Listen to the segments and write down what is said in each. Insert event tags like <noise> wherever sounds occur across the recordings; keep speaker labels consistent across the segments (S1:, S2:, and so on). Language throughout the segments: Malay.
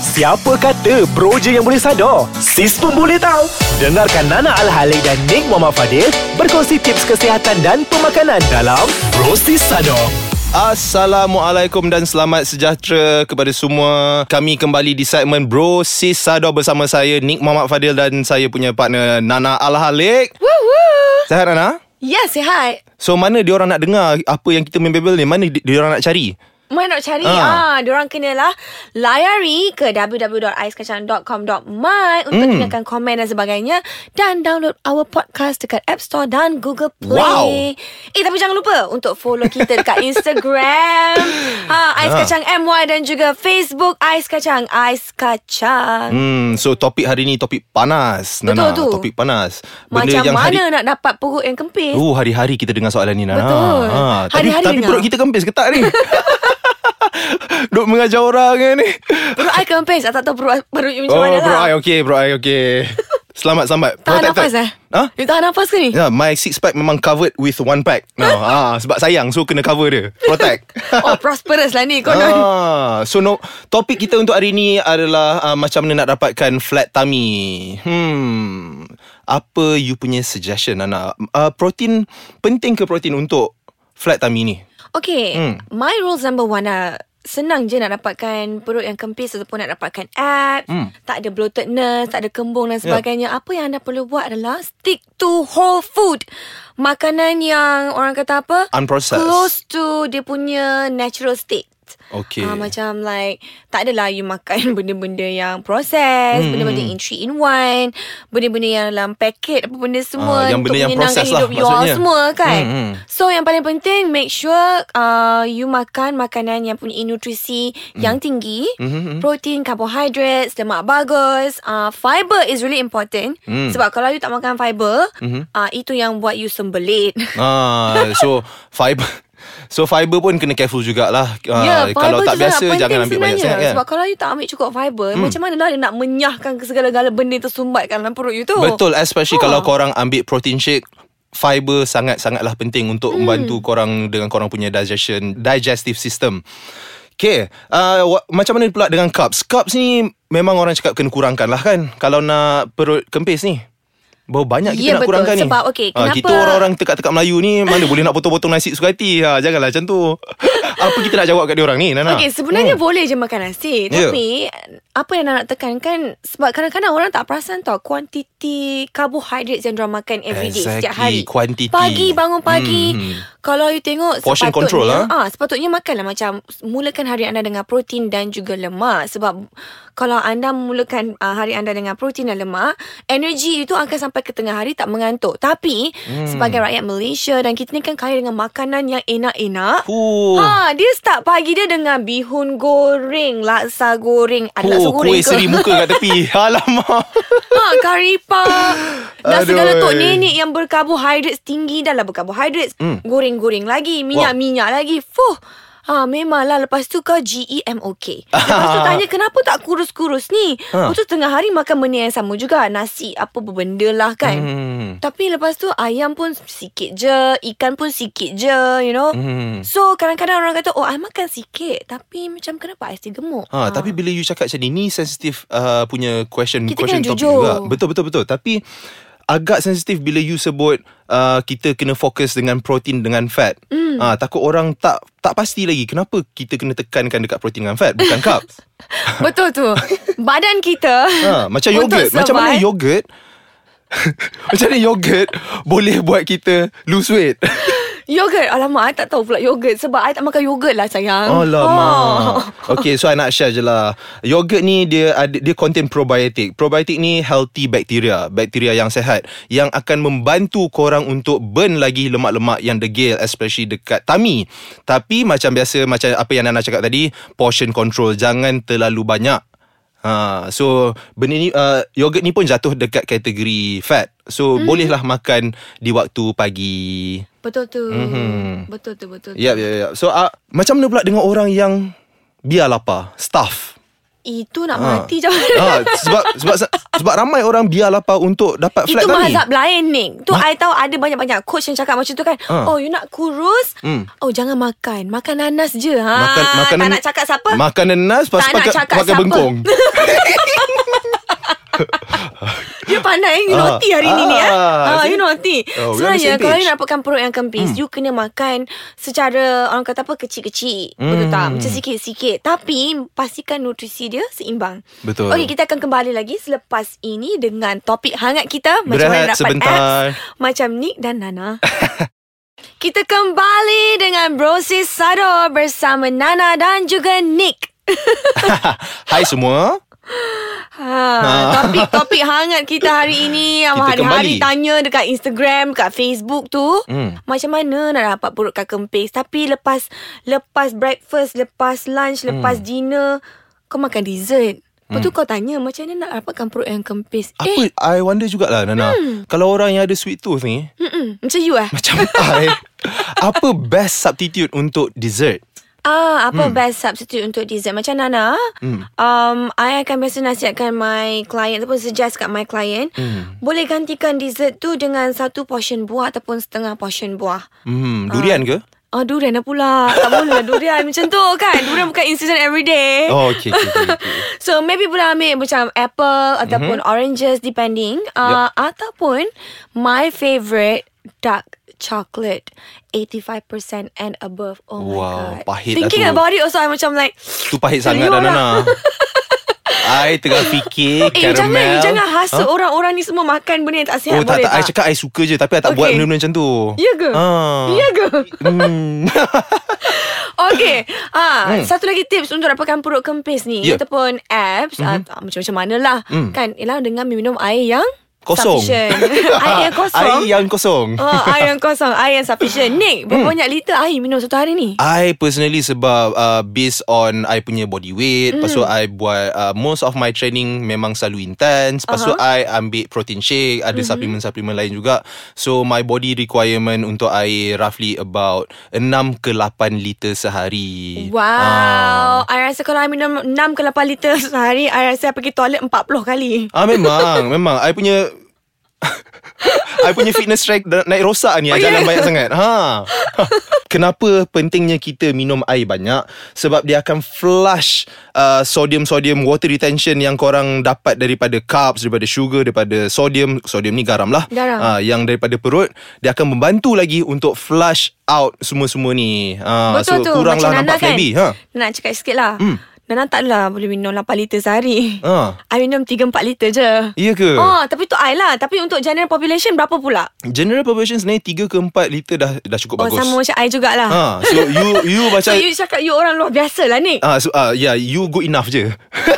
S1: Siapa kata bro je yang boleh sadar? Sis pun boleh tahu. Dengarkan Nana Al-Halik dan Nick Muhammad Fadil berkongsi tips kesihatan dan pemakanan dalam Bro Sis Sadar.
S2: Assalamualaikum dan selamat sejahtera kepada semua. Kami kembali di segmen Bro Sis Sador bersama saya Nick Muhammad Fadil dan saya punya partner Nana Al-Halik.
S3: Woohoo.
S2: Sehat Nana?
S3: Ya, sihat.
S2: So mana diorang nak dengar apa yang kita main babel ni? Mana di- diorang nak cari?
S3: Mana nak cari
S2: Ah.
S3: ah. ah diorang kenalah layari ke www.aiskacang.com.my
S2: Hmm.
S3: untuk mm. tinggalkan komen dan sebagainya dan download our podcast dekat App Store dan Google Play.
S2: Wow.
S3: Eh tapi jangan lupa untuk follow kita
S2: <laughs>
S3: dekat Instagram
S2: Ah.
S3: ha Ais Kacang MY dan juga Facebook Ais Kacang Ais Kacang.
S2: Hmm, so topik hari ni topik panas.
S3: Betul
S2: Nana,
S3: tu.
S2: topik panas.
S3: Macam mana
S2: hari
S3: nak dapat perut yang kempis?
S2: Oh, hari-hari kita dengar soalan ni Nana.
S3: Betul.
S2: tapi
S3: Hari-hari
S2: tapi
S3: dengar.
S2: perut kita kempis ke
S3: <laughs>
S2: tak ni? Duk mengajar orang kan ni.
S3: Perut I kempis, I tak tahu perut perut you macam
S2: Oh,
S3: mana
S2: bro,
S3: lah.
S2: I okay, bro, I
S3: <laughs>
S2: okay. Selamat, selamat.
S3: Tahan
S2: Protected.
S3: nafas eh?
S2: Ha?
S3: You tahan nafas ke ni?
S2: Ya, yeah, my six pack memang covered with one pack. No,
S3: <laughs>
S2: ah, sebab sayang so kena cover dia. Protect.
S3: Oh prosperous lah ni <laughs> Konon
S2: Ah, so no topik kita untuk hari ni adalah uh, macam mana nak dapatkan flat tummy. Hmm. Apa you punya suggestion Nana? Uh, protein penting ke protein untuk flat tummy ni?
S3: Okay
S2: Hmm.
S3: My rules number one lah Senang je nak dapatkan perut yang kempis ataupun nak dapatkan abs,
S2: Hmm. Ya.
S3: tak ada bloatedness, tak ada kembung dan sebagainya. Apa yang anda perlu buat adalah stick to whole food. Makanan yang orang kata apa?
S2: Unprocessed.
S3: Close to dia punya natural state.
S2: Okay.
S3: Ah, macam like tak adalah you makan <laughs> benda-benda yang proses,
S2: Hmm,
S3: benda-benda
S2: hmm.
S3: in three in one, benda-benda yang dalam paket apa benda semua
S2: Ah, yang
S3: untuk
S2: benda yang
S3: menyenangkan
S2: proses lah,
S3: hidup you all
S2: maksudnya.
S3: semua kan.
S2: Hmm, hmm.
S3: So yang paling penting make sure uh, you makan makanan yang punya nutrisi
S2: Hmm.
S3: yang tinggi,
S2: Mhm, mhm.
S3: protein, carbohydrates, lemak bagus, uh, fiber is really important
S2: Hmm.
S3: sebab kalau you tak makan fiber,
S2: Mhm.
S3: uh, itu yang buat you sembelit. <laughs>
S2: Ah, so fiber So fiber pun kena careful jugalah ah,
S3: Ya, fiber
S2: Kalau tak
S3: tu sangat
S2: biasa
S3: penting
S2: Jangan ambil banyak
S3: sebenarnya.
S2: sangat kan
S3: Sebab kalau you tak ambil cukup fiber, hmm. macam mana lah dia nak menyahkan segala-gala benda yang tersumbatkan dalam perut you tu?
S2: Betul Especially
S3: Ha.
S2: kalau korang ambil protein shake Fiber sangat-sangatlah penting Untuk
S3: Hmm.
S2: membantu korang Dengan korang punya digestion Digestive system Okay uh, wa- Macam mana pula dengan carbs Carbs ni Memang orang cakap kena kurangkan lah kan Kalau nak perut kempis ni Baru banyak kita
S3: Ya,
S2: nak
S3: betul.
S2: kurangkan ni
S3: Sebab, okey,
S2: Ah,
S3: kenapa-
S2: Kita orang-orang tekak-tekak Melayu ni Mana boleh nak potong-potong nasi suka hati ha, Janganlah macam
S3: <laughs>
S2: tu Apa kita nak jawab kat diorang ni Nana
S3: Okay, sebenarnya hmm. boleh je makan nasi.
S2: Ya.
S3: Tapi, apa yang nak tekankan, sebab kadang-kadang orang tak perasan tau kuantiti carbohydrates yang diorang makan every day, setiap
S2: Exactly,
S3: hari.
S2: quantity.
S3: Pagi, bangun pagi.
S2: Hmm.
S3: Kalau you tengok,
S2: Portion
S3: sepatutnya,
S2: control lah.
S3: Ah, sepatutnya makanlah macam, mulakan hari anda dengan protein dan juga lemak. Sebab, kalau anda mulakan uh, hari anda dengan protein dan lemak, energi itu akan sampai ke tengah hari tak mengantuk. Tapi,
S2: Hmm.
S3: sebagai rakyat Malaysia dan kita ni kan kaya dengan makanan yang enak-enak.
S2: Fuh.
S3: Ha, dia start pagi dia dengan bihun goreng, laksa goreng, ada laksa
S2: Oh,
S3: goreng
S2: kuih
S3: Ah, ke?
S2: seri
S3: <laughs>
S2: muka kat tepi. Alamak.
S3: ha, kari pap. Dan
S2: Aduh. eh.
S3: segala tok nenek yang berkarbohidrat tinggi dah lah berkarbohidrat.
S2: Hmm.
S3: Goreng-goreng lagi, minyak-minyak lagi. Fuh. Ha, memanglah lepas tu E kau GEMOK. Lepas
S2: <laughs>
S3: tu tanya kenapa tak kurus-kurus ni?
S2: Ha.
S3: Lepas tu tengah hari makan benda yang sama juga. Nasi apa berbenda lah kan.
S2: Hmm.
S3: Tapi lepas tu ayam pun sikit je, ikan pun sikit je, you know.
S2: Hmm.
S3: So kadang-kadang orang kata Oh I makan sikit Tapi macam kenapa I still gemuk
S2: Ha, tapi bila you cakap macam ni Ni sensitif uh, punya question
S3: Kita
S2: question
S3: kena
S2: topic
S3: jujur.
S2: juga. Betul betul betul Tapi agak sensitif bila you sebut uh, Kita kena fokus dengan protein dengan fat mm.
S3: Hmm.
S2: ha, Takut orang tak tak pasti lagi Kenapa kita kena tekankan dekat protein dengan fat Bukan
S3: <laughs>
S2: carbs
S3: Ah. Betul
S2: <laughs>
S3: tu Badan kita
S2: ha, Macam
S3: Untuk
S2: yogurt Macam mana
S3: survive.
S2: yogurt <laughs> Macam mana yogurt Boleh buat kita lose weight
S3: Yogurt Alamak I tak tahu pula yogurt Sebab I tak makan yogurt lah sayang
S2: Oh
S3: oh.
S2: lama. Okay, so I nak share je lah. Yogurt ni dia ada dia contain probiotik. Probiotik ni healthy bacteria, bakteria yang sehat yang akan membantu korang untuk burn lagi lemak-lemak yang degil especially dekat tummy. Tapi macam biasa macam apa yang Nana cakap tadi, portion control jangan terlalu banyak. Ha, so benda ni uh, yogurt ni pun jatuh dekat kategori fat. So hmm. bolehlah makan di waktu pagi.
S3: Betul tu
S2: Mhm.
S3: Betul tu betul
S2: ah,
S3: tu
S2: Yep, yep, yep. So, uh, macam mana pula dengan orang yang biar lapar? Staff.
S3: Itu nak
S2: Ah.
S3: mati je
S2: Ah, sebab sebab sebab ramai orang biar lapar untuk dapat
S3: Itu
S2: flat kami.
S3: mazhab lain ni Tu I tahu ada banyak-banyak Coach yang cakap macam tu kan
S2: Ah.
S3: Oh you nak kurus
S2: Hmm.
S3: Oh jangan makan Makan nanas je ha,
S2: Makan makan
S3: Tak nak cakap siapa
S2: Makan nenas pas
S3: Tak nak
S2: pakai
S3: cakap
S2: pakai
S3: siapa. <laughs>
S2: bengkong.
S3: Dia pandai You
S2: Ah.
S3: naughty hari ni ni
S2: Ah,
S3: eh. ha,
S2: see?
S3: You naughty
S2: Oh, we on the
S3: Sebenarnya
S2: same
S3: Kalau
S2: page.
S3: you nak dapatkan perut yang kempis
S2: Hmm.
S3: You kena makan Secara Orang kata apa Kecil-kecil Betul
S2: Hmm.
S3: tak Macam sikit-sikit Tapi Pastikan nutrisi dia Seimbang
S2: Betul.
S3: Okey kita akan kembali lagi Selepas ini Dengan topik hangat kita Macam mana
S2: Berehat
S3: dapat abs
S2: sebentar.
S3: Macam Nick dan Nana <laughs> Kita kembali dengan Brosis Sado Bersama Nana dan juga Nick
S2: Hai semua.
S3: Ha, topik-topik hangat kita hari
S2: <laughs>
S3: ini yang
S2: Kita
S3: hari-hari
S2: kembali.
S3: tanya dekat Instagram, dekat Facebook tu.
S2: Hmm.
S3: Macam mana nak dapat perut kak kempis Tapi lepas Lepas breakfast Lepas lunch
S2: Hmm.
S3: Lepas dinner Kau makan dessert Lepas tu kau tanya Macam mana nak dapatkan perut yang kempis Eh Hmm.
S2: Apa I wonder jugalah Nana. Kalau orang yang ada sweet tooth ni
S3: mm-mm, macam
S2: <laughs>
S3: you eh
S2: macam I
S3: <laughs>
S2: apa best substitute untuk dessert?
S3: Ah, apa hmm. best substitute untuk dessert Macam Nana
S2: Hmm.
S3: um, I akan biasa nasihatkan my client Ataupun suggest kat my client
S2: Hmm.
S3: Boleh gantikan dessert tu Dengan satu portion buah Ataupun setengah portion buah
S2: Hmm, durian ke?
S3: Ah, durian dah pula Tak boleh lah
S2: <laughs>
S3: durian macam tu kan Durian bukan incident everyday
S2: Oh, okay, okay, okay, okay.
S3: So maybe boleh ambil macam apple ataupun
S2: Mhm.
S3: mm-hmm. oranges depending uh, ataupun my favourite dark chocolate 85% and above. Oh
S2: Wow,
S3: my god.
S2: pahit lah
S3: Thinking
S2: tu.
S3: about it also I macam like
S2: Tu pahit sangat
S3: Serius
S2: dah
S3: lah.
S2: Nana. I tengah fikir
S3: eh you
S2: caramel.
S3: jangan you jangan hasut
S2: Ha?
S3: orang-orang ni semua makan benda yang tak sihat
S2: Oh tak,
S3: Ya, boleh
S2: tak, I cakap I suka je Tapi I tak
S3: Okay.
S2: buat benda-benda macam tu
S3: Ya ke?
S2: Ha.
S3: Ya ke?
S2: Hmm.
S3: <laughs> Okay ha, hmm. Satu lagi tips Untuk dapatkan perut kempis ni
S2: Ya. Mhm.
S3: Ataupun abs mm-hmm. ah, Macam-macam mana lah
S2: Hmm.
S3: Kan Ialah dengan minum air yang
S2: Kosong <laughs>
S3: sufficient. Air yang kosong
S2: Air yang Hmm. kosong
S3: Oh, air yang kosong Air yang
S2: <laughs>
S3: sufficient Nick, berapa banyak liter air minum satu hari ni?
S2: I personally sebab uh, based on I punya body weight, mm. lepas tu I buat uh, most of my training memang selalu intense, lepas tu I
S3: Aha.
S2: ambil protein shake, ada mm-hmm. suplemen-suplemen lain juga. So my body requirement untuk I roughly about 6 ke 8 liter sehari. Ah.
S3: Wow I rasa kalau I minum 6 ke 8 liter sehari I rasa I pergi toilet 40 kali
S2: Ah memang, memang I punya <laughs> I punya fitness track da- naik rosak ni I
S3: Oh,
S2: Jalan
S3: yeah.
S2: banyak sangat ha. Kenapa pentingnya kita minum air banyak Sebab dia akan flush uh, Sodium-sodium water retention Yang korang dapat daripada carbs Daripada sugar Daripada sodium Sodium ni garam lah
S3: Garam.
S2: Ah, Yang daripada perut Dia akan membantu lagi Untuk flush out Semua-semua ni ha, so,
S3: Betul tu
S2: Kuranglah
S3: Macam Nana
S2: nampak
S3: kan
S2: flabby ha.
S3: Nak cakap sikit lah
S2: Hmm.
S3: Nana tak lah boleh minum 8 liter sehari
S2: Ha.
S3: <laughs>
S2: Ya.
S3: I minum 3-4 liter je
S2: Iya ke?
S3: Oh, tapi tu I lah Tapi untuk general population berapa pula?
S2: General population sebenarnya 3 ke 4 liter dah, dah cukup
S3: Oh,
S2: bagus
S3: sama macam I jugalah
S2: Ha, so you you
S3: <laughs> So
S2: macam
S3: you cakap you orang luar biasa lah Nick
S2: ah so, ah yeah you good enough je. <laughs>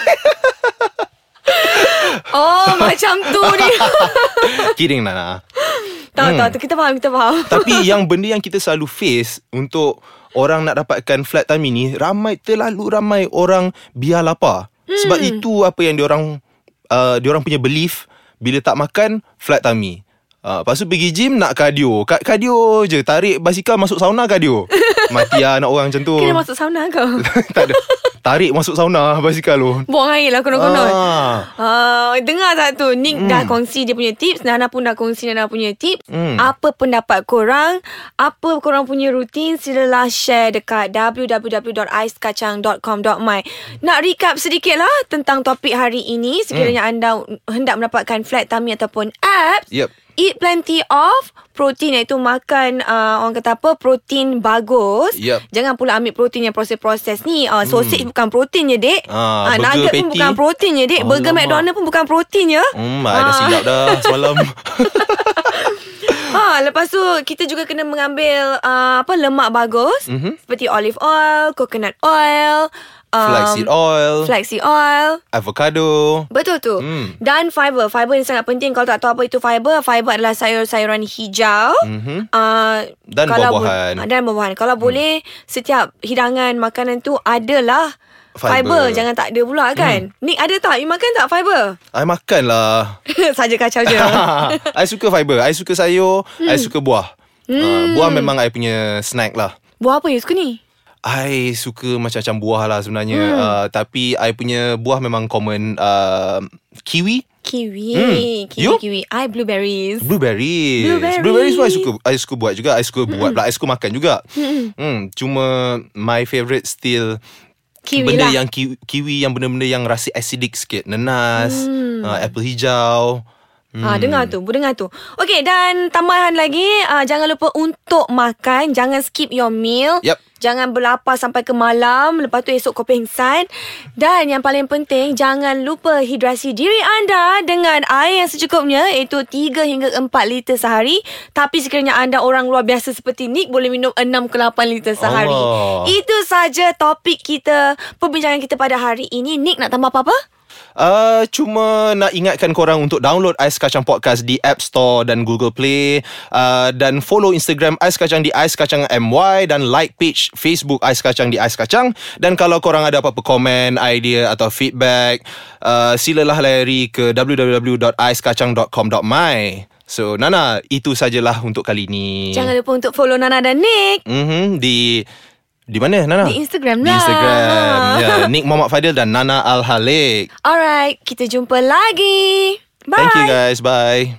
S3: Oh <laughs> macam tu
S2: <laughs>
S3: dia
S2: Kidding Nana.
S3: Tahu
S2: Hmm.
S3: tahu tu kita faham kita faham <laughs>
S2: Tapi yang benda yang kita selalu face untuk orang nak dapatkan flat time ini ramai terlalu ramai orang biar lapar. Sebab
S3: Hmm.
S2: itu apa yang diorang uh, diorang punya belief bila tak makan flat tummy. Uh, lepas tu pergi gym nak cardio Ka- Cardio je Tarik basikal masuk sauna
S3: <laughs>
S2: cardio Mati lah nak orang macam tu
S3: Kena masuk sauna kau
S2: <laughs> Tak ada Tarik masuk sauna basikal tu
S3: Buang air lah konon-konon.
S2: Ah.
S3: Ah, dengar tak tu Nick mm. dah kongsi dia punya tips Nana pun dah kongsi Nana punya tips
S2: Hmm.
S3: Apa pendapat korang Apa korang punya rutin Silalah share dekat www.aiskacang.com.my Nak recap sedikit lah Tentang topik hari ini Sekiranya mm. anda hendak mendapatkan flat tummy Ataupun abs
S2: Yep.
S3: Eat plenty of protein iaitu makan uh, orang kata apa protein bagus.
S2: Yup. Hmm.
S3: Jangan pula ambil protein yang proses-proses ni. Uh, sausage bukan protein je dek.
S2: Ah,
S3: Ah,
S2: burger
S3: nugget pun
S2: patty.
S3: bukan protein je dek. Burger
S2: Alamak.
S3: McDonald pun bukan protein ya.
S2: Hmm, I dah
S3: <laughs>
S2: silap dah semalam.
S3: Ha, lepas tu kita juga kena mengambil uh, apa lemak bagus
S2: Mhm.
S3: mm-hmm. seperti olive oil, coconut oil, um,
S2: Flaxseed oil,
S3: flaxseed oil.
S2: avocado.
S3: Betul tu.
S2: Hmm.
S3: Mm. Dan fiber. Fiber ni sangat penting. Kalau tak tahu apa itu fiber, fiber adalah sayur-sayuran hijau.
S2: Mhm.
S3: Uh,
S2: Dan buah-buahan.
S3: dan buah-buahan. Kalau hmm. boleh setiap hidangan makanan tu adalah
S2: Fiber.
S3: fiber. Jangan tak ada pula kan. Hmm. Nick ada tak? You makan tak fiber? <laughs>
S2: I makan lah.
S3: Saja kacau
S2: <laughs>
S3: je.
S2: I suka fiber. I Ah, suka sayur. I suka buah. Hmm. Uh, buah memang I punya snack lah.
S3: buah apa you suka ni?
S2: I suka macam-macam buah lah sebenarnya hmm. uh, Tapi I punya buah memang common uh, Kiwi
S3: Kiwi.
S2: Hmm.
S3: Kiwi,
S2: You?
S3: kiwi. I blueberries.
S2: Blueberries
S3: Blueberries.
S2: Blueberries pun I suka I suka buat juga I suka buat pula I suka makan juga mm. Hmm, Cuma My favourite still
S3: Kiwi
S2: Benda
S3: lah.
S2: yang kiwi, kiwi Yang benda-benda yang rasa acidic sikit Nenas mm. uh, Apple hijau
S3: Hmm. Ah, dengar tu, dengar tu. Okey, dan tambahan lagi, ah, jangan lupa untuk makan, jangan skip your meal.
S2: Yap.
S3: Jangan berlapar sampai ke malam, lepas tu esok kau pengsan. Dan yang paling penting, jangan lupa hidrasi diri anda dengan air yang secukupnya, iaitu 3 hingga 4 liter sehari. Tapi sekiranya anda orang luar biasa seperti Nick, boleh minum 6 ke 8 liter sehari.
S2: Allah.
S3: Itu saja topik kita, perbincangan kita pada hari ini. Nick nak tambah apa-apa?
S2: Uh, cuma nak ingatkan korang untuk download Ais Kacang Podcast di App Store dan Google Play uh, Dan follow Instagram Ais Kacang di Ais Kacang MY Dan like page Facebook Ais Kacang di Ais Kacang Dan kalau korang ada apa-apa komen, idea atau feedback uh, Silalah layari ke www.aiskacang.com.my So Nana, itu sajalah untuk kali ni
S3: Jangan lupa untuk follow Nana dan Nick.
S2: mm-hmm, Di... Di mana Nana?
S3: Di Instagram
S2: Di
S3: lah. <laughs>
S2: Instagram Ya, Nick Muhammad Fadil dan Nana Al-Halik
S3: Alright, kita jumpa lagi. Bye.
S2: Thank you guys. Bye.